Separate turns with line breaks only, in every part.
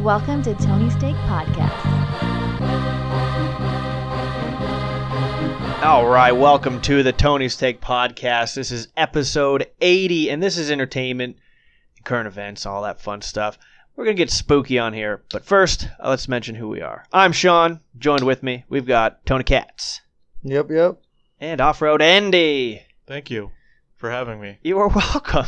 Welcome to Tony Steak Podcast.
All right, welcome to the Tony's Take podcast. This is episode 80, and this is entertainment, current events, all that fun stuff. We're going to get spooky on here, but first, uh, let's mention who we are. I'm Sean. Joined with me, we've got Tony Katz
Yep, yep.
and Off Road Andy.
Thank you for having me.
You are welcome.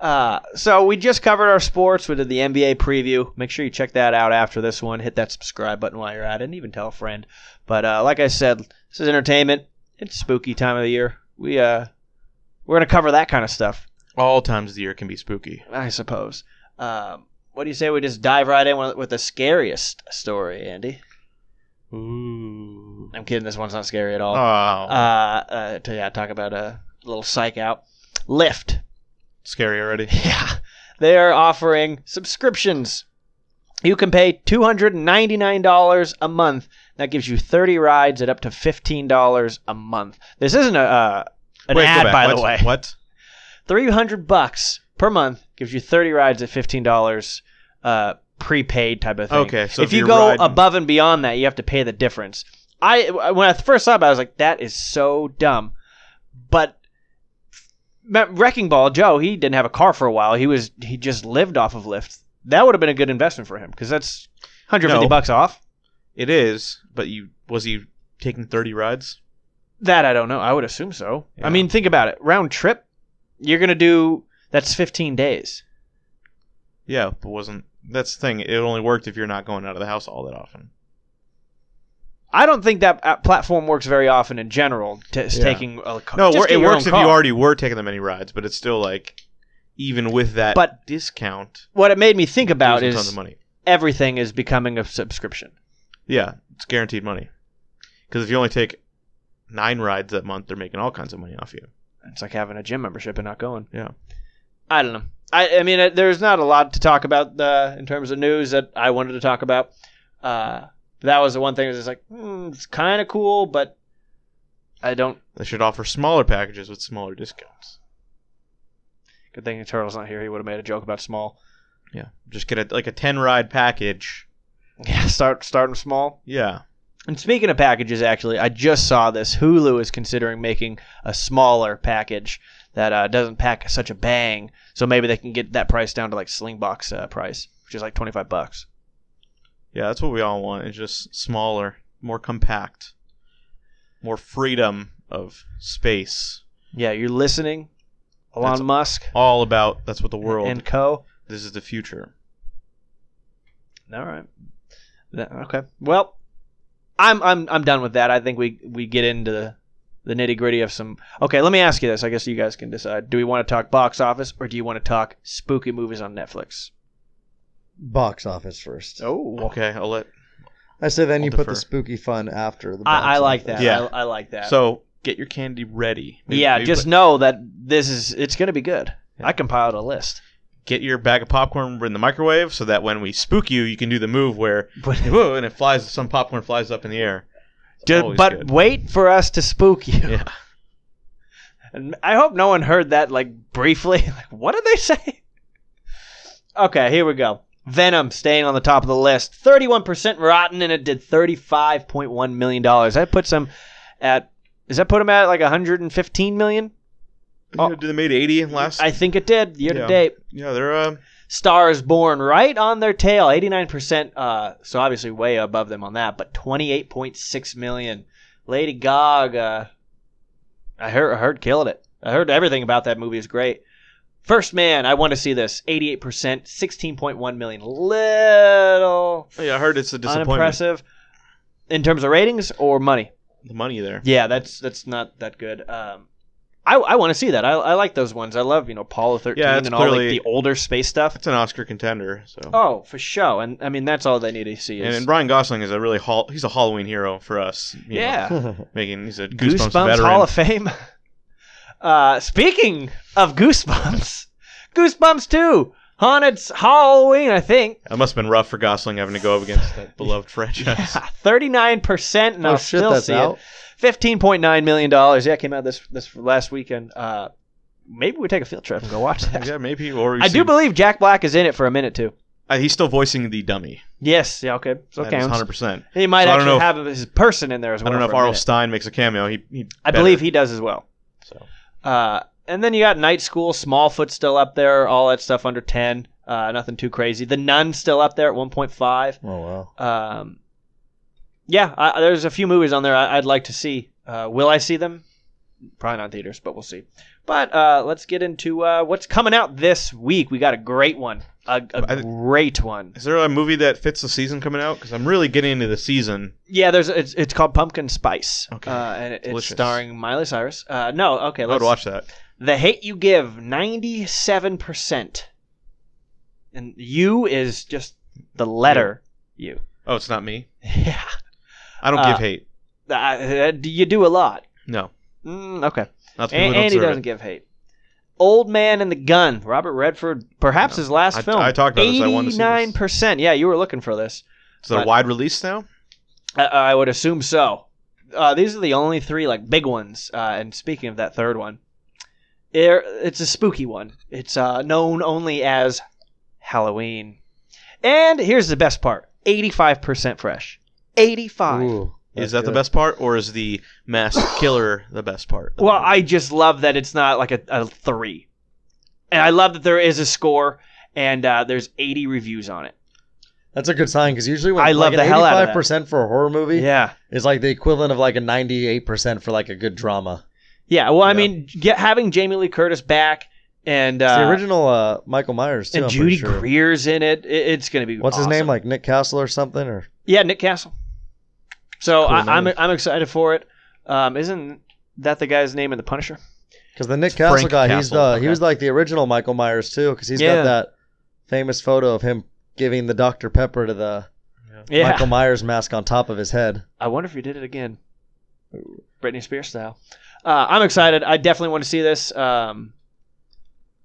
Uh, so we just covered our sports. We did the NBA preview. Make sure you check that out after this one. Hit that subscribe button while you're at it, and even tell a friend. But uh, like I said, this is entertainment. It's spooky time of the year. We uh, we're gonna cover that kind of stuff,
All times of the year can be spooky.
I suppose. Um, what do you say we just dive right in with, with the scariest story, Andy?
Ooh.
I'm kidding. This one's not scary at
Oh.
all. Uh, uh, t- yeah, talk about a little psych out. Lyft.
Scary already.
Yeah, they are offering subscriptions. You can pay $299 a month. That gives you 30 rides at up to $15 a month. This isn't a uh, an
Wait, go
ad,
back.
by the way.
What's- What?
300 bucks per month gives you 30 rides at $15 uh, prepaid type of thing.
Okay, so
if,
if
you
you're
go
riding-
above and beyond that, you have to pay the difference. I when I first saw it, I was like, that is so dumb. But Ma- Wrecking Ball Joe, he didn't have a car for a while. He was he just lived off of Lyft. That would have been a good investment for him because that's 150
No.
bucks off.
It is, but you was he taking 30 rides?
That I don't know. I would assume so.
Yeah.
I mean, think about it. Round trip, you're gonna do that's 15 days.
Yeah, but wasn't that's the thing. It only worked if you're not going out of the house all that often.
I don't think that uh, platform works very often in general. T- is
Yeah.
Taking a car.
No, it,
Just
wor-
get
it
your
works
own
if you
car.
already were taking that many rides, but it's still like even with that
But-
discount,
What it made me think
you're
about
losing tons of
is
money.
everything is becoming a subscription.
Yeah, it's guaranteed money. Because if you only take nine rides that month, they're making all kinds of money off you.
It's like having a gym membership and not going.
Yeah.
I don't know. I, I mean, uh, there's not a lot to talk about uh, in terms of news that I wanted to talk about. Uh, that was the one thing that's just like, hmm, it's kind of cool, but I don't.
They should offer smaller packages with smaller discounts.
Good thing Turtle's not here. He would have made a joke about small.
Yeah, just get a, like a ten ride package.
Yeah, start starting small.
Yeah,
And speaking of packages, actually, I just saw this. Hulu is considering making a smaller package that uh, doesn't pack such a bang, so maybe they can get that price down to like Slingbox uh, price, which is like twenty five bucks.
yeah, that's what we all want. It's just smaller, more compact, more freedom of space.
Yeah, you're listening, Elon
That's-
Musk
All about that's what the world.
and Co.
this is the future.
All right, That- okay. Well, I'm I'm I'm done with that. I think we we get into the the nitty gritty of some. Okay, let me ask you this. I guess you guys can decide. Do we want to talk box office or do you want to talk spooky movies on Netflix?
Box office first.
Oh,
Okay, I'll let.
I say then
I'll
you put the
defer.
spooky fun after the. box
I, I like
office.
that.
Yeah.
I, I like that.
So get your candy ready. Maybe-
yeah,
maybe
just
put-
know that this is it's gonna be good.
Yeah.
I compiled a list.
get your bag of popcorn in the microwave so that when we spook you, you can do the move where whoa, and it flies. Some popcorn flies up in the air. It's
Ju-
always
but
good.
wait for us to spook you.
Yeah.
And I hope no one heard that like briefly. Like, what did they say? Okay, here we go. Venom staying on the top of the list. 31% rotten and it did 35.1 million dollars. That puts them at does that put them at like 115 million?
You know, did they made eighty last?
I think it did year to
Yeah.
date.
yeah, they're uh,
Stars Born right on their tail, 89%. Uh, so obviously way above them on that, but 28.6 million. Lady Gaga, I heard, I heard killed it. I heard everything about that movie is great. First Man, I want to see this, 88%, 16.1 million. Little
Oh, Yeah, I heard it's a disappointment.
unimpressive in terms of ratings or money.
The money there.
Yeah, that's that's not that good. Um, I, I want to see that. I, I like those ones. I love you know Apollo 13
Yeah, it's
and all like
clearly-
the older space stuff.
That's an Oscar contender. So.
Oh, for sure. And I mean, that's all they need to see
and,
is
and Ryan Gosling is a really hall. He's a Halloween hero for us. you know,
yeah,
making he's a Goosebumps,
Goosebumps,
veteran.
Hall of Fame. Uh, speaking of Goosebumps, Goosebumps Two, Haunted Halloween, I think.
That must have been rough for Gosling having to go up against that beloved franchise.
Thirty-nine percent, and
Oh
I'll
shit,
still
that's
see
out.
it. Fifteen point nine million dollars. Yeah, it came out this this last weekend. Uh, maybe we take a field trip and go watch that.
yeah, maybe. Or we
I
see
do believe Jack Black is in it for a minute too.
Uh, he's still voicing the dummy.
Yes, yeah, okay, so it
That is
counts.
100%.
And he might
So I don't
actually
know
have his person in there as
I
well.
don't know if
for a
Arl
minute.
Stein makes a cameo. He, he
I
better.
believe he does as well.
So.
Uh, and then you got Night School, Smallfoot still up there, all that stuff under 10. Uh, nothing too crazy. The Nun still up there at 1.5.
Oh wow.
Um, yeah, I, there's a few movies on there I, I'd like to see. Uh, will I see them? Probably not in theaters, but we'll see. But uh, let's get into uh, what's coming out this week. We got a great one, a,
I
a
thi-
great one.
Is there a movie that fits the season coming out? Because I'm really getting into the season.
Yeah, there's it's, it's called Pumpkin Spice,
Okay.
uh, and it- it's
Delicious.
starring Miley Cyrus. Uh, no, okay,
I would
let's
watch that.
The Hate You Give, ninety-seven percent, and you is just the letter U.
Oh, it's not me.
Yeah,
I don't
Uh,
give hate.
Uh, you do a lot.
No,
Mm, okay.
not the people
And,
who
and
don't
he
deserve
doesn't
it.
give hate. Old Man and the Gun, Robert Redford, perhaps his last
I-
film.
I talked about this. I wanted to see this.
Eighty-nine percent. Yeah, you were looking for this.
Is it a
but-
wide release now?
I, I would assume so. Uh, these are the only three like big ones. Uh, and speaking of that third one, there it's a spooky one. It's uh, known only as Halloween. And here's the best part: eighty-five percent fresh. Eighty-five.
Ooh,
Is that the
good.
best part, or is the masked killer the best part?
Well, I just love that it's not like a, a three, and I love that there is a score and uh, there's 80 reviews on it.
That's a good sign because usually when
I
like
love
an
the hell out of that.
percent for a horror movie
Yeah,
is like the equivalent of like a ninety-eight percent for like a good drama.
yeah. Well, I
Yeah.
mean, get, having Jamie Lee Curtis back and
'Cause
uh,
the original uh, Michael Myers too.
and
I'm
Judy
pretty sure.
Greer's in it. it it's gonna be
What's his name?
awesome.
Like Nick Castle or something? Or
Yeah, Nick Castle. So
Cool
I, I'm
name.
I'm excited for it. Um, isn't that the guy's name in The Punisher?
because the Nick
It's
Castle
Frank
guy, he's
Castle,
the
okay.
he was like the original Michael Myers too because he's
Yeah.
got that famous photo of him giving the Dr Pepper to the
Yeah.
Michael Myers mask on top of his head.
I wonder if you did it again, Britney Spears style. Uh, I'm excited. I definitely want to see this. Um,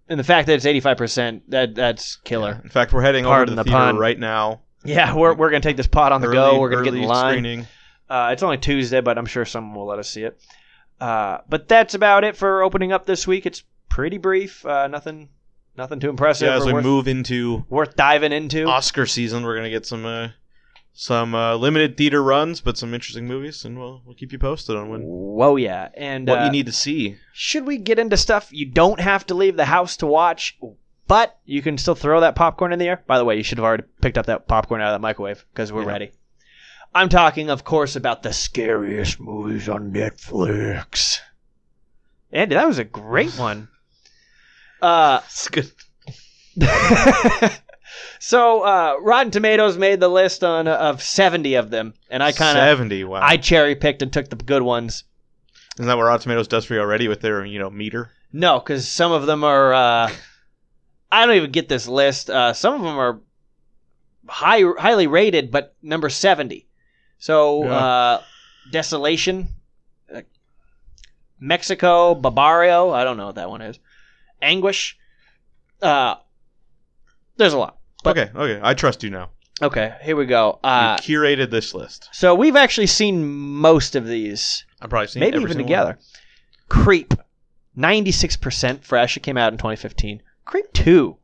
and the fact that it's 85 percent that that's killer.
In fact, we're heading over
Pardon
to
the
the, theater
pun.
right now.
Yeah, we're, we're gonna take this pot on the go.
Early-
We're gonna get in
early
line.
Screening.
Uh, it's only Tuesday, but I'm sure someone will let us see it. Uh, but that's about it for opening up this week. It's pretty brief. Uh, nothing, nothing too impressive.
yeah, as
or
we
worth,
move into
worth diving into.
Oscar season, we're gonna get some uh, some uh, limited theater runs, but some interesting movies, and we'll we'll keep you posted on when
Whoa, yeah. And
what
uh,
you need to see.
should we get into stuff you don't have to leave the house to watch, but you can still throw that popcorn in the air? By the way, you should have already picked up that popcorn out of that microwave because we're
Yeah.
ready. I'm talking, of course, about the scariest movies on Netflix. Andy, that was a great one. Uh,
It's good.
so uh, Rotten Tomatoes made the list on of 70 of them, and I kind of
seventy. Wow,
I cherry picked and took the good ones.
isn't that what Rotten Tomatoes does for you already with their you know meter?
No, because some of them are. Uh, I don't even get this list. Uh, some of them are high, highly rated, but number seventy. So,
Yeah.
uh, Desolation, uh, Mexico, Barbario. I don't know what that one is. Anguish. Uh, there's a lot. But-
okay, okay, I trust you now.
Okay, here we go. Uh,
you curated this list.
so we've actually seen most of these,
I'm probably seen
maybe
every
even
single
together.
one.
Creep, 96% fresh. It came out in 2015. Creep 2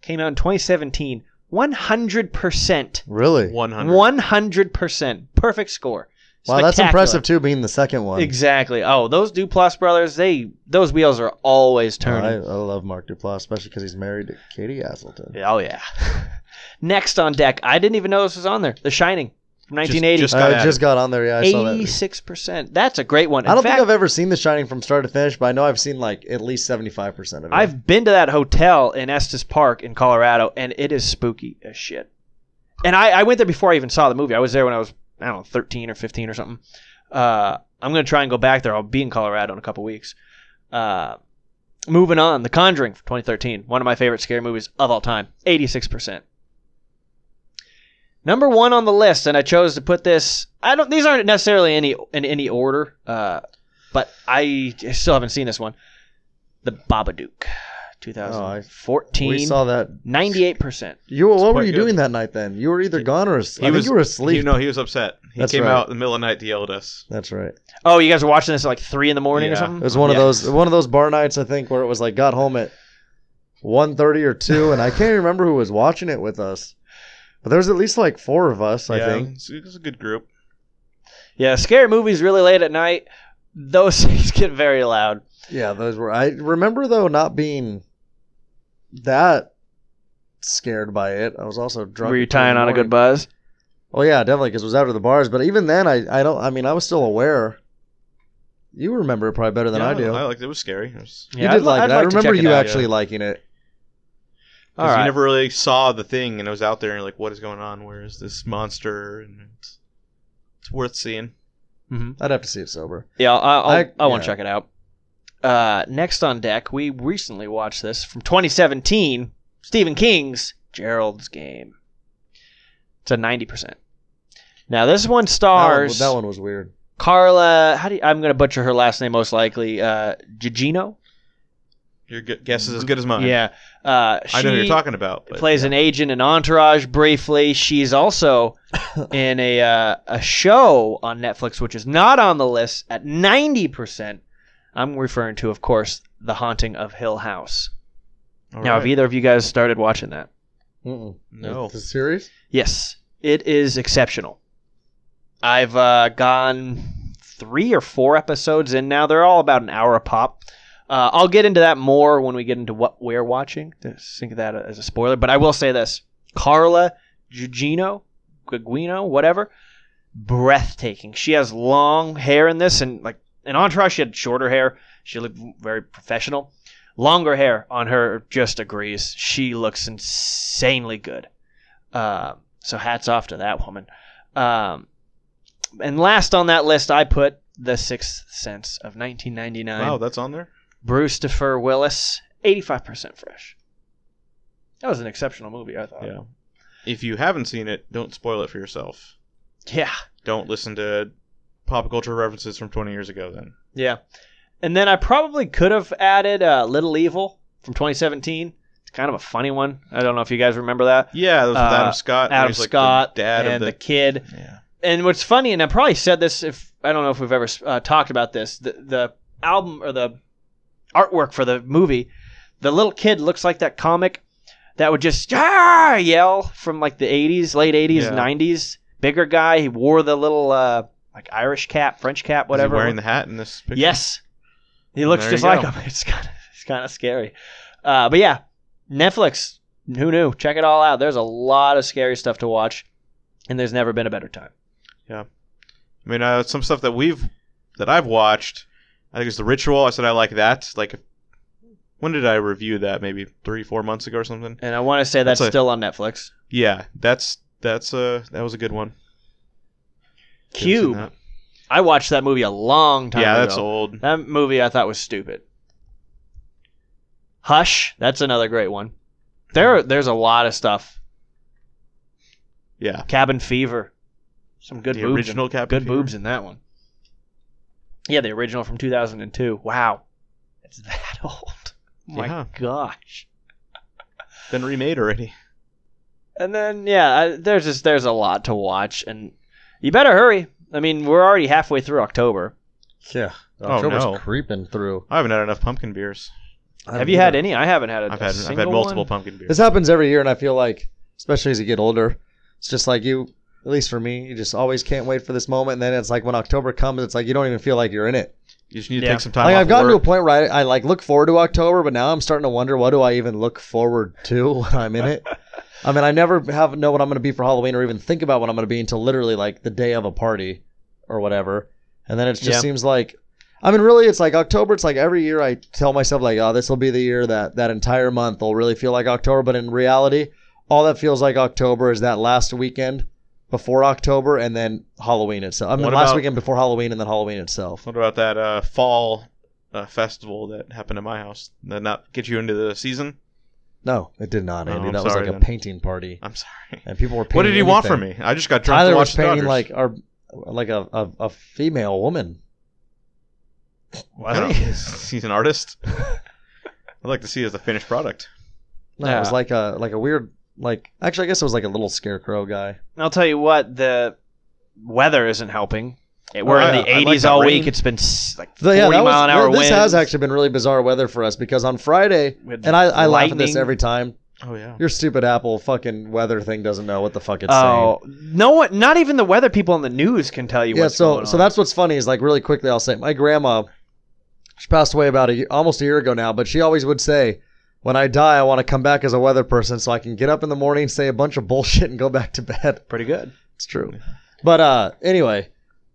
came out in 2017. 100%.
Really?
100.
100%. Perfect score.
Wow, that's
Spectacular.
impressive too. Being the second one.
Exactly. Oh, those Duplass brothers, they those wheels are always
Oh, I, I
turning.
love Mark Duplass, especially because he's married to Katie Asselton.
Oh yeah. Next on deck, I didn't even know this was on there. The Shining from 1980.
just got
I
added.
just got on there. Yeah, I saw that.
86%. That's a great one. In
I don't
fact,
think I've ever seen The Shining from start to finish, but I know I've seen like at least seventy five percent of it.
I've been to that hotel in Estes Park in Colorado, and it is spooky as shit. And I, I went there before I even saw the movie. I was there when I was I don't know thirteen or fifteen or something. Uh, I'm gonna try and go back there. I'll be in Colorado in a couple weeks. Uh, moving on, The Conjuring, from 2013, one of my favorite scary movies of all time, 86 percent. Number one on the list, and I chose to put this. I don't. These aren't necessarily any in any order, uh, but I still haven't seen this one. The Babadook,
Oh, we
2014,
saw that.
98 percent.
You what were
quite
you
good.
doing that night then? You were either gone or asleep.
He
I think
was-
you were asleep.
You know, he was upset. He
That's
came
right.
out in the middle of the night to yell at us.
That's right.
Oh, you guys were watching this at like three in the morning or
Yeah.
It
something.
was one
Yes.
of those one of those bar nights I think where it was like got home at 1.30 or 2, and I can't even remember who was watching it with us. But there was at least like four of us, I
yeah,
think.
It's, it's a good group.
Yeah, scary movies really late at night. Those things get very loud.
Yeah, those were. I remember though not being that scared by it. I was also drunk.
Were you
at two in
tying
the
on a good
morning.
buzz?
Oh yeah, definitely because it was out of the bars. But even then, I I don't. I mean, I was still aware. You remember it probably better than
Yeah,
I do.
I liked it. It was scary. It was-
you did like it. I remember you
actually.
actually liking it.
All
Because
right.
you never really saw the thing, and it was out there, and you're like, what is going on? Where is this monster? And it's, it's worth seeing.
I'd have to see it sober.
Yeah, I'll, I'll, I,
I-
want to
yeah.
check it out. Uh, next on deck, we recently watched this from 2017, Stephen King's Gerald's Game. It's a 90%. Now this one stars
That one, that one was weird.
Carla. How do you, I'm going to butcher her last name most likely? Uh, Gigino.
Your gu- guess is as good as mine.
Yeah. Uh, she
I know who you're talking about. But
plays an agent in Entourage briefly. She's also in a uh, a show on Netflix, which is not on the list at ninety percent. I'm referring to, of course, The Haunting of Hill House.
All
now,
right.
have either of you guys started watching that?
Mm-mm.
No.
the series.
Yes, it is exceptional. I've uh, gone three or four episodes in now. They're all about an hour a pop. Uh, I'll get into that more when we get into what we're watching. Just think of that as a spoiler. But I will say this Carla Gugino, Guguino, whatever, breathtaking. She has long hair in this, and like in Entourage, she had shorter hair. She looked very professional. Longer hair on her just agrees. She looks insanely good. Uh, so hats off to that woman. Um, and last on that list, I put The Sixth Sense of 1999.
Wow, that's on there?
Bruce Defer Willis, 85% fresh. That was an exceptional movie, I thought.
Yeah. If you haven't seen it, don't spoil it for yourself.
Yeah.
Don't listen to pop culture references from 20 years ago then.
Yeah. And then I probably could have added uh, Little Evil from 2017. It's kind of a funny one. I don't know if you guys remember that.
Yeah, that was with
Uh,
Adam Scott. where
Adam
he's like the
Scott
dad
and
of
the kid.
Yeah.
and what's funny, and I probably said this if I don't know if we've ever uh, talked about this, the, the album or the artwork for the movie, the little kid looks like that comic that would just "Ah!" yell from like the '80s, late '80s,
Yeah.
'90s. Bigger guy, he wore the little uh, like Irish cap, French cap, whatever.
Is he wearing the hat in this picture?
Yes, he
Well,
looks
there
just
you
like
go.
him. It's kind of it's kind of scary, uh, but yeah, Netflix. Who knew? Check it all out. There's a lot of scary stuff to watch, and there's never been a better time.
I mean, uh, some stuff that we've that I've watched. I think it's the ritual. I said I like that. Like, when did I review that? Maybe three, four months ago or something.
And I want to say that's,
That's a-
still on Netflix.
Yeah, that's that's uh that was a good one. Haven't seen
Cube.
that.
I watched that movie a long time
Yeah,
ago.
that's old.
That movie I thought was stupid. Hush, that's another great one. There, there's a lot of stuff.
Yeah,
Cabin Fever, some good
the
boobs. in-
original Captain
good
Fever.
boobs in that one. Yeah, the original from 2002. Wow, it's that old. My
Yeah.
gosh.
Been remade already.
And then yeah, I, there's just there's a lot to watch, and you better hurry. I mean, we're already halfway through October.
Yeah,
Oh,
October's
no.
creeping through.
I haven't had enough pumpkin beers.
I
Have
don't
you had
either.
any? I haven't had a
I've
a
had I've had
single
multiple
one.
pumpkin
This
beers.
happens every year, and I feel like, especially as you get older, it's just like you. At least for me, you just always can't wait for this moment. And then it's like when October comes, it's like you don't even feel like you're in it.
You just need to
Yeah.
take some time.
like
off
I've gotten
work.
to a point where I, I like look forward to October, but now I'm starting to wonder what do I even look forward to when I'm in it. I mean, I never have know what I'm going to be for Halloween or even think about what I'm going to be until literally like the day of a party or whatever, and then it just
Yeah.
seems like. I mean, really, it's like October. It's like every year I tell myself, like, oh, this will be the year that that entire month will really feel like October. But in reality, all that feels like October is that last weekend before October and then Halloween itself. I mean,
What
last
about-
weekend before Halloween and then Halloween itself.
What about that uh, fall uh, festival that happened at my house? Did That not get you into the season?
No, it did not,
Oh,
Andy.
I'm
that was
sorry
like a
then.
painting party,
I'm sorry.
and people were. Painting
What did he want from
anything.
me? I just got drunk
Tyler
to
was
watch the
painting
Dodgers.
like our, like a, a a female woman.
I don't
Was
know.
he?
He's he's an artist. I'd like to see it as a finished product.
No, it
Yeah.
was like a like a weird like. Actually, I guess it was like a little scarecrow guy.
I'll tell you what, the weather isn't helping. It- we're
Oh,
in
yeah.
the
I like
80s
that
all
rain.
week. It's been s- like
The-
40
yeah, that was-
mile an hour
This
winds.
has actually been really bizarre weather for us because on Friday,
With
and I, I laugh at this
lightning.
every time.
Oh yeah.
Your stupid Apple fucking weather thing doesn't know what the fuck it's saying.
Oh, no one, not even the weather people on the news can tell you
yeah
what's
so
going on.
so that's what's funny is like really quickly i'll say my grandma she passed away about a year, almost a year ago now but she always would say when i die i want to come back as a weather person so i can get up in the morning say a bunch of bullshit and go back to bed
pretty good.
it's true but uh anyway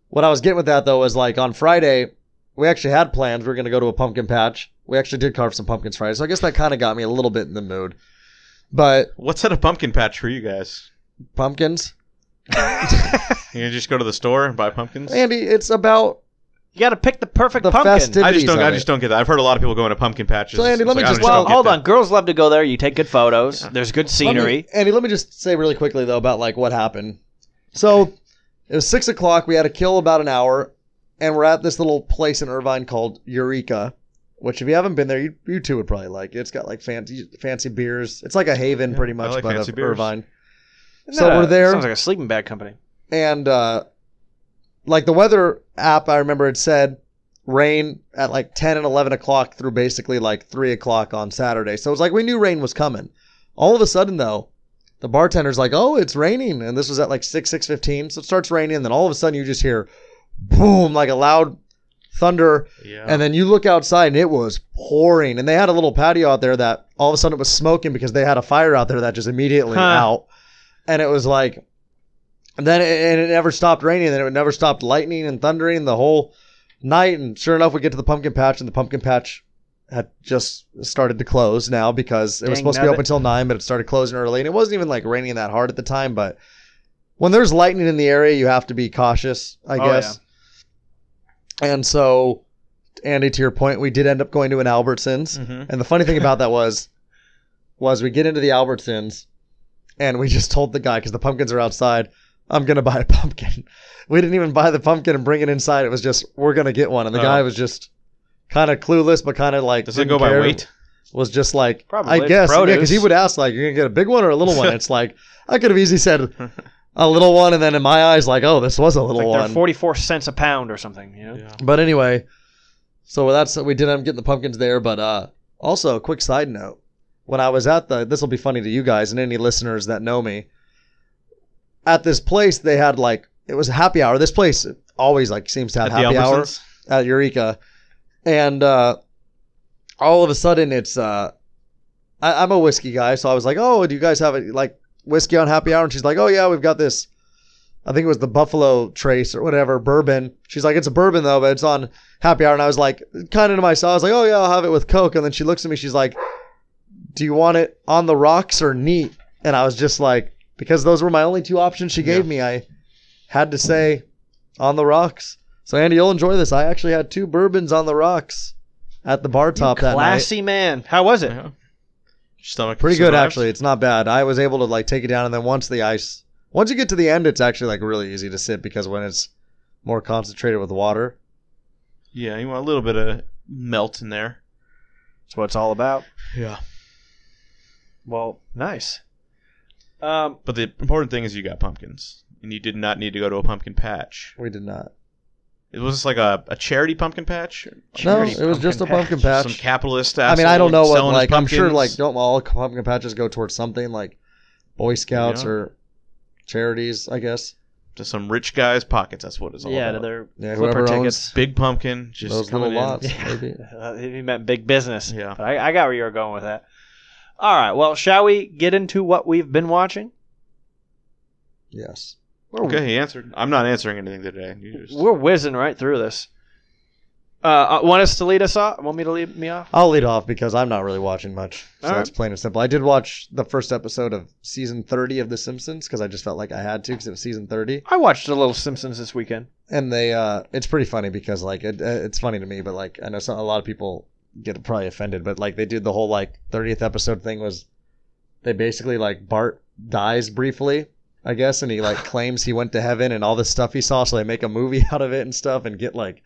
what i was getting with that though was like on friday we actually had plans we were going to go to a pumpkin patch we actually did carve some pumpkins friday so i guess that kind of got me a little bit in the mood but
What's at a pumpkin patch for you guys?
pumpkins
You gonna just go to the store and buy pumpkins?
andy it's about
You got to pick the perfect
The
pumpkin.
festive-
I just don't.
Activities
I
of
just don't get that. I've heard a lot of people going to pumpkin patches.
So, Andy,
It's
let me
like, I
just-
don't
well,
get
Oh, hold
that.
on. Girls love to go there. You take good photos. There's good
Let me-
scenery.
Andy, let me just say really quickly though about like what happened. So it was six o'clock. We had to kill about an hour, and we're at this little place in Irvine called Eureka, which if you haven't been there, you, you two would probably like. it. It's got like fancy fancy beers. It's like a haven
Yeah,
pretty
I
much,
like
but
fancy
of
beers.
Irvine.
Isn't
So
that a-
we're there
Sounds like a sleeping bag company.
and uh, like the weather app i remember it said rain at like 10 and 11 o'clock through basically like 3 o'clock on saturday so it's like we knew rain was coming all of a sudden though the bartender's like oh it's raining and this was at like 6 six fifteen. so it starts raining and then all of a sudden you just hear boom like a loud thunder
Yeah.
and then you look outside and it was pouring and they had a little patio out there that all of a sudden it was smoking because they had a fire out there that just immediately
Huh.
out and it was like and then it, and it never stopped raining and then it never stopped lightning and thundering the whole night and sure enough we get to the pumpkin patch and the pumpkin patch had just started to close now because it was
Dang
supposed to be
nabbit.
open until nine but it started closing early and it wasn't even like raining that hard at the time but when there's lightning in the area you have to be cautious i
Oh,
guess and so, Andy, to your point, we did end up going to an Albertsons.
Mhm.
And the funny thing about that was, was we get into the Albertsons, and we just told the guy because the pumpkins are outside. I'm gonna buy a pumpkin. We didn't even buy the pumpkin and bring it inside. It was just we're gonna get one, and the
Oh.
guy was just kind of clueless, but kind of like
Does it
didn't
go by
care.
weight?
Was just like
Probably.
I
It's
guess yeah, because he
produce.
would ask like you're gonna get a big one or a little one. It's like I could have easily said a little one, and then in my eyes like oh this was a
It's
little
like
one.
they're 44 cents a pound or something. You know.
Yeah.
But anyway, so that's we did end up getting the pumpkins there. But uh, also, a quick side note: when I was at the, this will be funny to you guys and any listeners that know me. At this place, they had like it was happy hour. This place always like seems to have
At the
happy hour
Albertsons?
at Eureka, and uh, all of a sudden it's uh, I, I'm a whiskey guy, so I was like, oh, do you guys have a, like whiskey on happy hour? And she's like, oh yeah, we've got this. I think it was the Buffalo Trace or whatever bourbon. She's like, it's a bourbon though, but it's on happy hour. And I was like, kind of to myself, I was like, oh yeah, I'll have it with Coke. And then she looks at me, she's like, do you want it on the rocks or neat? And I was just like, because those were my only two options she gave
Yeah.
me, I had to say on the rocks. So Andy, you'll enjoy this. I actually had two bourbons on the rocks at the bar top that night.
Classy man. How was it?
Yeah. Your Stomach.
Pretty good
survived?
actually. It's not bad. I was able to like take it down, and then once the ice, once you get to the end, it's actually like really easy to sip because when it's more concentrated with water,
Yeah, you want a little bit of melt in there.
That's what it's all about.
Yeah.
Well, nice. Um,
But the important thing is you got pumpkins, and you did not need to go to a pumpkin patch.
we did not.
It was just like a, a charity pumpkin patch.
Charity
no, it was
pumpkin
just a pumpkin patch.
Some capitalist.
I mean, I
asshole
don't know what
selling his
like. I'm sure
pumpkins.
like don't all pumpkin patches go towards something like Boy Scouts
Yeah.
or charities, I guess.
to some rich guy's pockets. That's what it's all
yeah,
about.
they're
Yeah,
flipper
whoever owns
tickets.
Big pumpkin, just
Those
coming
little
in.
lots,
Yeah.
maybe.
Uh, he meant big business.
Yeah.
But I, I got where you were going with that. All right. Well, shall we get into what we've been watching?
Yes.
We're,
Okay, he answered. I'm not answering anything today. You just,
We're whizzing right through this. Uh, uh, want us to lead us off? Want me to lead me off?
I'll lead off because I'm not really watching much. So
All
that's plain and simple. I did watch the first episode of season 30 of The Simpsons because I just felt like I had to because it was season 30.
I watched a little Simpsons this weekend.
And they, uh, it's pretty funny because like it, uh, it's funny to me, but like I know some, a lot of people get probably offended, but like they did the whole like 30th episode thing was they basically like Bart dies briefly, I guess, and he like claims he went to heaven and all this stuff he saw, so they make a movie out of it and stuff and get like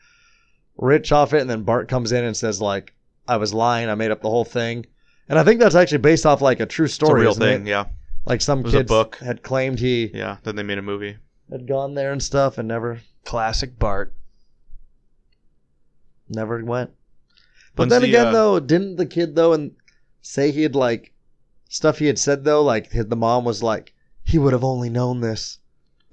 rich off it, and then Bart comes in and says like I was lying, I made up the whole thing, and I think that's actually based off like a true
it's a
story,
real
isn't
thing.
it?
Yeah,
Like some
It was a
kids
book.
had claimed he
yeah. Then they made a movie.
had gone there and stuff and never
Classic Bart.
Never went. But
When's
then
the,
again,
uh,
though, didn't the kid though and say he had like stuff he had said though, like his, the mom was like, he would have only known this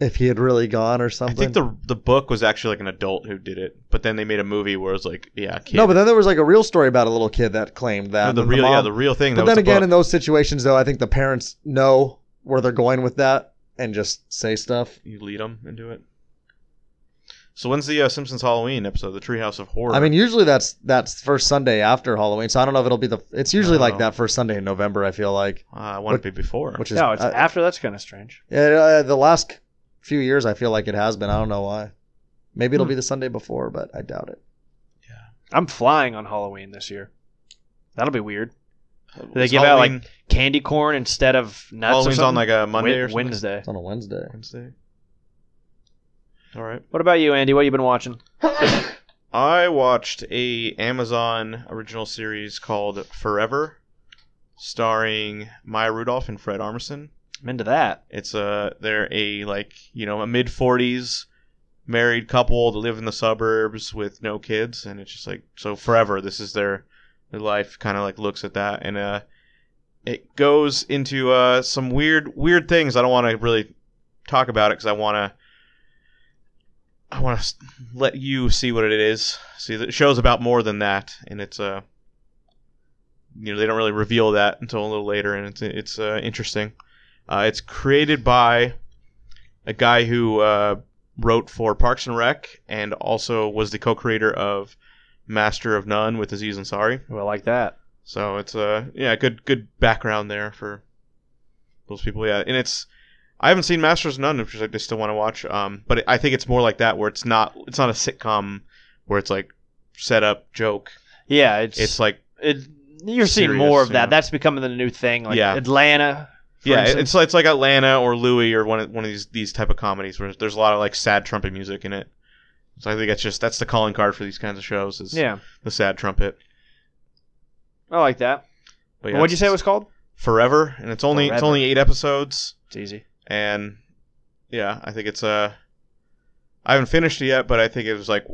if he had really gone or
I
something.
think the the book was actually like an adult who did it, but then they made a movie where it was like, yeah, a kid.
no, but then there was like a real story about a little kid that claimed that
No, the
and
real, yeah,
mom-
the real thing.
But
that
then
was
again,
the
in
book.
those situations though, I think the parents know where they're going with that and just say stuff.
you lead them into it. So when's the uh, Simpsons Halloween episode, the Treehouse of Horror?
I mean, usually that's that's first Sunday after Halloween, so I don't know if it'll be the. It's usually like
Oh.
that first Sunday in November. I feel like,
uh, I want it to be before.
which is
No, it's
uh,
after that's kind of strange.
Yeah, uh, the last few years, I feel like it has been. I don't know why. Maybe it'll
Hmm.
be the Sunday before, but I doubt it.
I'm flying on Halloween this year. That'll be weird.
Uh,
they
is
give out, like,
Halloween-
Candy corn instead of nuts. or
Halloween's
something?
on like a Monday
Wed-
or something?
Wednesday.
It's on a Wednesday.
Wednesday. All right.
What about you, Andy? What you been watching?
I watched a Amazon original series called Forever, starring Maya Rudolph and Fred Armisen.
I'm into that.
It's a they're a like you know a mid forties married couple that live in the suburbs with no kids, and it's just like so forever. This is their their life. Kind of like looks at that, and uh, it goes into uh some weird weird things. I don't want to really talk about it because I want to. I want to let you see what it is. See, the show's about more than that, and it's uh, you know, they don't really reveal that until a little later, and it's it's uh, interesting. Uh, it's created by a guy who uh, wrote for Parks and Rec and also was the co-creator of Master of None with Aziz Ansari.
Well, I like that.
So it's uh, yeah, good good background there for those people. Yeah, and it's I haven't seen Masters of None, which I just still want to watch. Um, but I think it's more like that where it's not it's not a sitcom where it's like set up joke.
Yeah, it's
It's like
it, you're seeing
serious,
more of that.
yeah.
That's becoming the new thing. Like
Yeah.
Atlanta. for
yeah,
instance.
it's it's like Atlanta or Louis or one of, one of these these type of comedies where there's a lot of like sad trumpet music in it. So I think that's just that's the calling card for these kinds of shows is
yeah.
the sad trumpet.
I like that.
But yeah,
What'd you
it's-
say it was called?
Forever, and it's only it's
Forever.
only eight episodes,
It's easy.
and yeah, I think it's uh, I haven't finished it yet, but I think it was like,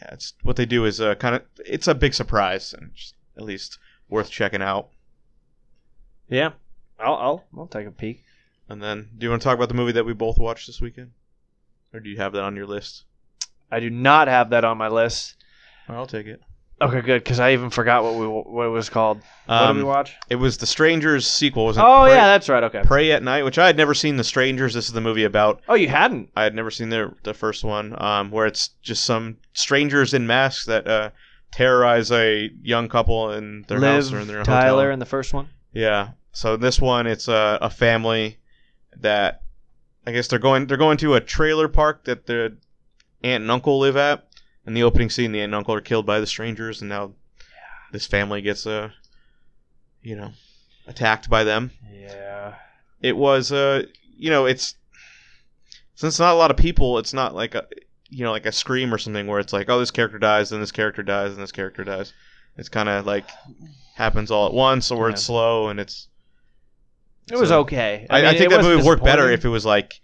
yeah, it's what they do is uh, kind of it's a big surprise and just at least worth checking out.
Yeah. I'll I'll I'll take a peek.
And then, do you want to talk about the movie that we both watched this weekend, or do you have that on your list?
I do not have that on my list.
I'll take it.
Okay, good, because I even forgot what we what it was called. what
Um,
did we watch?
It was The Strangers sequel. Was it
Oh
Pray,
yeah, that's right. Okay.
Pray at Night, which I had never seen. The Strangers. This is the movie about.
Oh, you hadn't.
I had never seen the the first one, um, where it's just some strangers in masks that uh, terrorize a young couple in their house
Liv,
or in their
Tyler,
hotel.
in the first one.
Yeah. So this one, it's a, a family that I guess they're going they're going to a trailer park that their aunt and uncle live at. In the opening scene, the aunt and uncle are killed by the strangers, and now this family gets uh, you know attacked by them.
Yeah.
It was uh, you know it's since it's not a lot of people, it's not like a you know like a scream or something where it's like oh this character dies, then this character dies, and this character dies. It's kind of like happens all at once, or it's
Yeah.
slow and it's
It was
So-
okay.
I,
mean,
I think
it
that movie
wasn't
would work better if
disappointing.
it was like,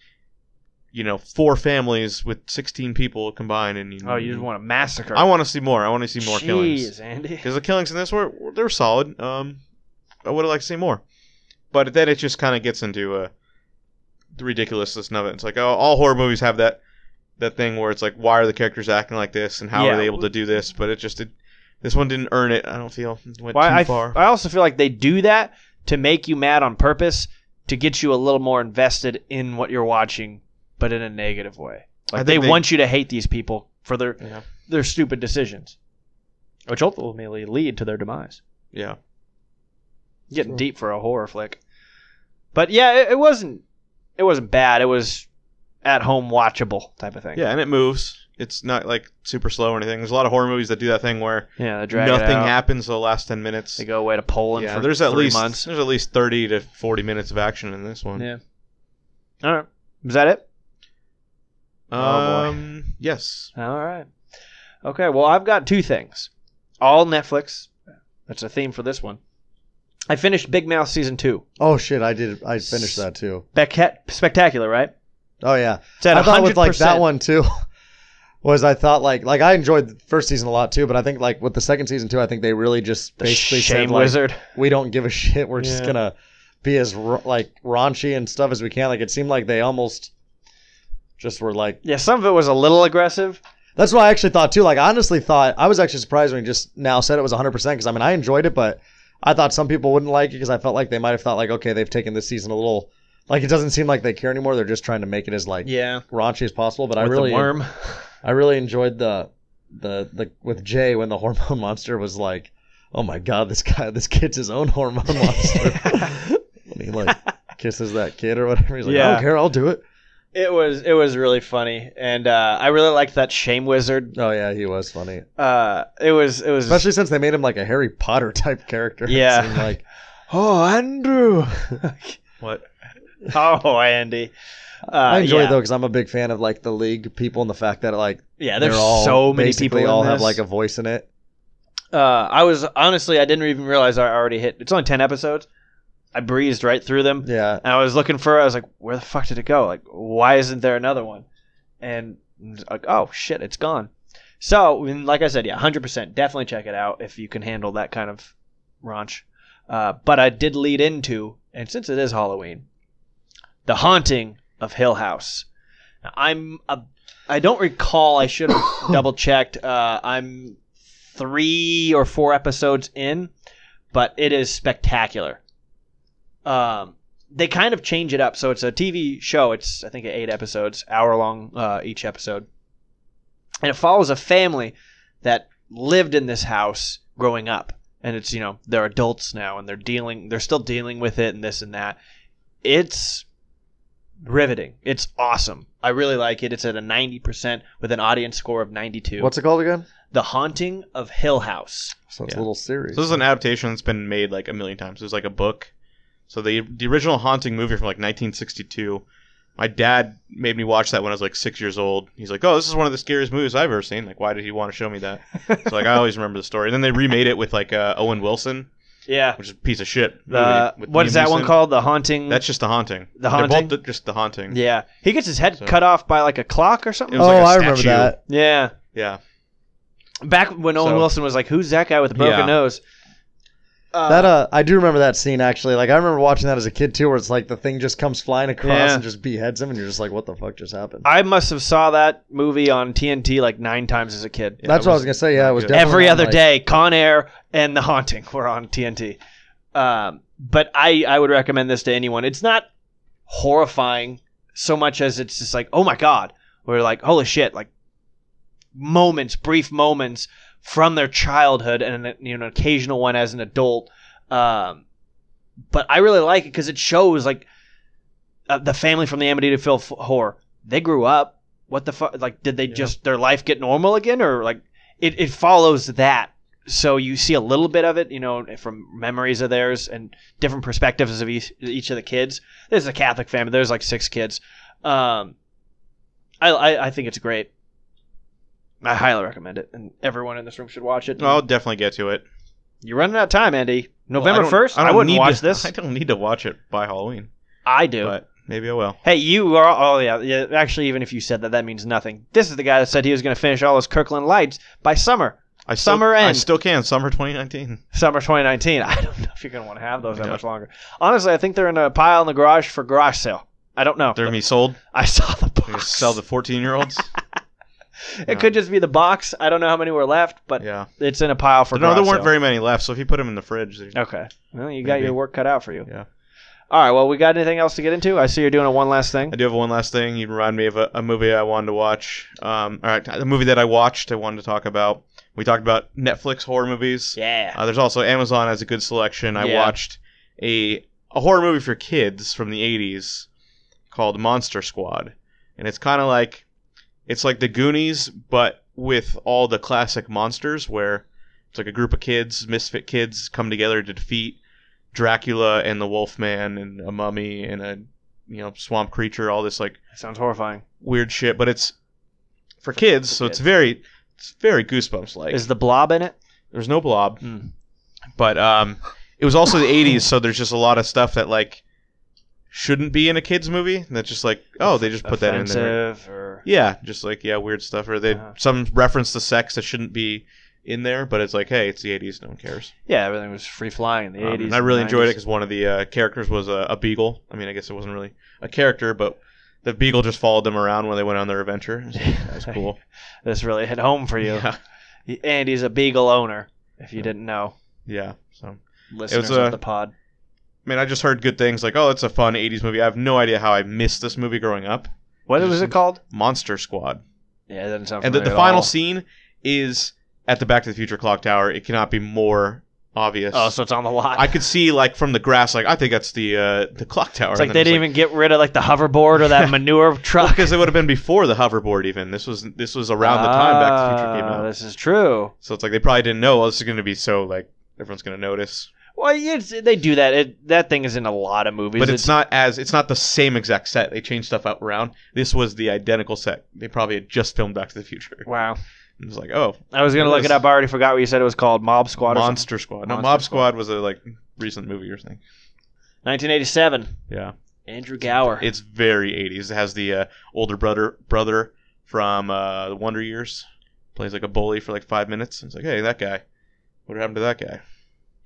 you know, four families with 16 people combined, and you.
Oh, you just want a massacre.
I want to see more. I want to see more
Jeez,
killings
Andy.
because the killings in this were were- they were solid. Um, I would have liked to see more, but then it just kind of gets into uh the ridiculousness of it. It's like oh, all horror movies have that that thing where it's like, why are the characters acting like this, and how
Yeah.
are they able to do this? But it just it, this one didn't earn it. I don't feel it went
Well,
too
I, f-
far.
I also feel like they do that to make you mad on purpose to get you a little more invested in what you're watching, but in a negative way.
I
Like
think
they,
they-
want you to hate these people for their
yeah.
their stupid decisions, which ultimately lead to their demise.
yeah.
Getting deep for a horror flick, but yeah, it, it wasn't it wasn't bad. It was at home watchable type of thing.
Yeah, and it moves. It's not like super slow or anything. There's a lot of horror movies that do that thing where
yeah. They drag it
nothing
out.
happens the last ten minutes.
They go away to Poland
Yeah,
for
there's at
three
least
months.
there's at least thirty to forty minutes of action in this one.
Yeah. All right. Was that it? Oh, boy.
Um, yes.
All right. Okay, well, I've got two things. All Netflix. That's a theme for this one. I finished Big Mouth season two.
Oh shit! I did. I finished that too.
Beckett, spectacular, right?
Oh yeah,
It's at
I thought with
100%.
like that one too. Was I thought like like I enjoyed the first season a lot too, but I think like with the second season too, I think they really just
The
basically
shame
said like
wizard.
we don't give a shit. We're just
Yeah.
gonna be as ra- like raunchy and stuff as we can. Like it seemed like they almost just were like
Yeah, some of it was a little aggressive.
That's what I actually thought too. Like I honestly thought I was actually surprised when you just now said it was 100% because I mean I enjoyed it, but I thought some people wouldn't like it because I felt like they might have thought like okay they've taken this season a little like it doesn't seem like they care anymore. They're just trying to make it as like
Yeah,
raunchy as possible. But I
with
really
the worm.
I really enjoyed the the the with Jay when the hormone monster was like oh my god this guy this kid's his own hormone monster when he like kisses that kid or whatever he's like I
Yeah.
don't care I'll do it.
It was it was really funny, and uh, I really liked that shame wizard.
Oh yeah, he was funny.
Uh, it was it was
Especially since they made him like a Harry Potter type character. it
Yeah.
seemed like
oh Andrew,
What?
oh Andy. Uh,
I enjoy
yeah.
it though because I'm a big fan of like the league people and the fact that like
Yeah,
they're
there's
all
so many
basically
people. in
all
this.
have like a voice in it.
Uh, I was honestly, I didn't even realize I already hit. It's only ten episodes. I breezed right through them,
Yeah,
and I was looking for. I was like, where the fuck did it go? Like, why isn't there another one? And like, oh shit, it's gone. So, and like I said, yeah, hundred percent, definitely check it out if you can handle that kind of raunch. Uh, but I did lead into, and since it is Halloween, the haunting of Hill House. Now, I'm a, I don't recall. I should have double checked. Uh, I'm three or four episodes in, but it is spectacular. Um, they kind of change it up, so it's a TV show. It's I think eight episodes, hour long uh, each episode, and it follows a family that lived in this house growing up, and it's you know they're adults now and they're dealing they're still dealing with it and this and that. It's riveting. It's awesome. I really like it. It's at a ninety percent with an audience score of ninety two.
what's it called again?
The Haunting of Hill House.
So it's
Yeah.
a little series.
So this is an adaptation that's been made like a million times. It was like a book. So the the original haunting movie from like 1962. My dad made me watch that when I was like six years old. He's like, "Oh, this is one of the scariest movies I've ever seen. Like, why did he want to show me that?" so like, I always remember the story. And then they remade it with like uh, Owen Wilson,
Yeah.
which is a piece of shit.
The
movie with
what
Liam
is that one
Neeson.
called? The Haunting.
That's just the haunting.
The
They're both
Haunting?
the- just the haunting.
yeah. He gets his head
So-
cut off by like a clock or something.
It was
oh,
like a
I remember
statue.
that.
yeah.
Yeah.
Back when Owen
So-
Wilson was like, "Who's that guy with a broken
Yeah.
nose?" Uh,
that uh, I do remember that scene actually. Like I remember watching that as a kid too, where it's like the thing just comes flying across
Yeah.
and just beheads him, and you're just like, what the fuck just happened?
I must have saw that movie on TNT like nine times as a kid.
Yeah,
That's
it
what I was gonna say. Yeah,
not
it was
good.
definitely
Every
on,
other
like-
day, Con Air and The Haunting were on TNT. Um, but I, I would recommend this to anyone. It's not horrifying so much as it's just like, oh my god, we're like, holy shit, like moments, brief moments from their childhood, and an, you know, an occasional one as an adult. Um, but I really like it because it shows like uh, the family from the Amityville F- Horror. They grew up. What the fuck? Like, did they
Yeah.
just their life get normal again, or like it, it follows that? So you see a little bit of it, you know, from memories of theirs and different perspectives of each, each of the kids. There's a Catholic family. There's like six kids. Um, I, I I think it's great. I highly recommend it, and everyone in this room should watch it.
I'll definitely get to it.
You're running out of time, Andy.
Well, I
November
don't-
first. I,
don't
wouldn't
need
watch
to-
this.
I don't need to watch it by Halloween,
I do.
but maybe I will.
Hey, you are. Oh yeah, yeah. Actually, even if you said that, that means nothing. This is the guy that said he was going to finish all his Kirkland lights by summer,
I still,
Summer
I
end.
still can. Summer 2019.
summer 2019. I don't know if you're going to want to have those that
Yeah.
much longer. Honestly, I think they're in a pile in the garage for garage sale. I don't know.
They're gonna be sold.
I saw the
They're gonna
box.
sell the 14 year olds.
It could just be the box. I don't know how many were left, but
Yeah.
it's in a pile for.
no,
garage
there weren't
sale.
very many left. So if you put them in the fridge, there's-
Okay. Well, you got
Maybe.
your work cut out for you.
Yeah.
All right. Well, we got anything else to get into? I see you're doing a one last thing.
I do have one last thing. You remind me of a, a movie I wanted to watch. Um, all right, the movie that I watched, I wanted to talk about. We talked about Netflix horror movies.
Yeah.
Uh, there's also Amazon has a good selection. I
Yeah.
watched a a horror movie for kids from the 80s called Monster Squad, and it's kind of like it's like the Goonies, but with all the classic monsters, where it's like a group of kids, misfit kids, come together to defeat Dracula and the Wolfman and a mummy and a you know swamp creature. All this like
Sounds horrifying.
weird shit, but it's for kids, so it's very it's very goosebumps like.
Is the blob in it?
There's no blob.
Mm.
But um, it was also the 80s, so there's just a lot of stuff that like shouldn't be in a kids movie. And that's just like, oh, they just put that in there.
Offensive Or,
Yeah, just like yeah, weird stuff. Or they
Uh-huh.
some reference to sex that shouldn't be in there, but it's like, hey, it's the '80s, no one cares.
yeah, everything was free flying in the
Um,
80s.
and I really enjoyed
90s.
it because one of the uh, characters was a, a beagle. I mean, I guess it wasn't really a character, but the beagle just followed them around when they went on their adventure. It was- That was cool.
This really hit home for you.
Yeah,
Andy's a beagle owner, if you didn't know.
yeah. So,
Listeners
a-
of the pod.
I mean, I just heard good things like, oh, it's a fun '80s movie. I have no idea how I missed this movie growing up.
What was it called?
Monster Squad.
Yeah, it doesn't sound
And the, the
familiar at
final
all.
scene is at the Back to the Future clock tower. It cannot be more obvious.
Oh, so it's on the lot.
I could see like from the grass, like I think that's the uh, the clock tower.
it's like they didn't even get rid of like the hoverboard or that manure truck.
because it would have been before the hoverboard. Even this was this was around the time Back to the Future came
Ah,
out.
This is true.
So it's like they probably didn't know. Oh, this is going to be so like everyone's going to notice.
Well, it's, they do that. It, that thing is in a lot of movies.
but it's, not as it's not the same exact set. They changed stuff out around. This was the identical set. They probably had just filmed Back to the Future.
Wow.
It was like oh,
I was gonna
It
look
was-
it up. I already forgot what you said. It was called Mob Squad. or something.
Monster Squad. No,
Monster
Mob Squad was a like recent movie or something.
1987.
Yeah,
Andrew Gower.
it's very 80s. It has the uh, older brother brother from uh, the Wonder Years plays like a bully for like five minutes. It's like hey, that guy. What happened to that guy?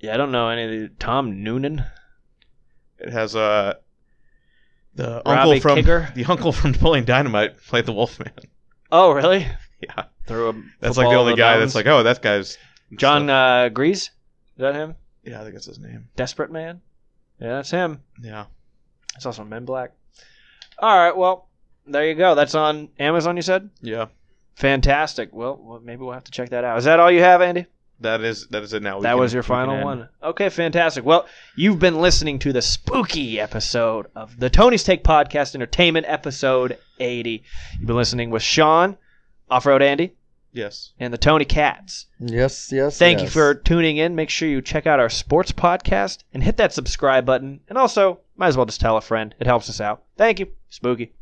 yeah, I don't know any of the Tom Noonan.
It has uh the
Robbie
uncle from
Kiger?
the uncle from Napoleon Dynamite played the Wolfman.
Oh, really?
Yeah,
Through a
that's
football
like the
over
only guy
mountains.
that's like, oh, that guy's
John uh, Grease. Is that him?
yeah, I think that's his name.
Desperate Man. Yeah, that's him.
Yeah,
It's also Men Black. All right. Well, there you go. That's on Amazon. You said.
yeah.
Fantastic. Well, well, maybe we'll have to check that out. Is that all you have, Andy?
That is that is it now. We
that
can-
was your
we can
final
end.
one. Okay, fantastic. Well, you've been listening to the spooky episode of the Tony's Take Podcast Entertainment, episode 80. You've been listening with Sean, Off Road Andy,
Yes.
and the Tony Cats.
Yes, yes.
Thank you
yes.
for tuning in. Make sure you check out our sports podcast and hit that subscribe button. And also, might as well just tell a friend. It helps us out. Thank you. Spooky.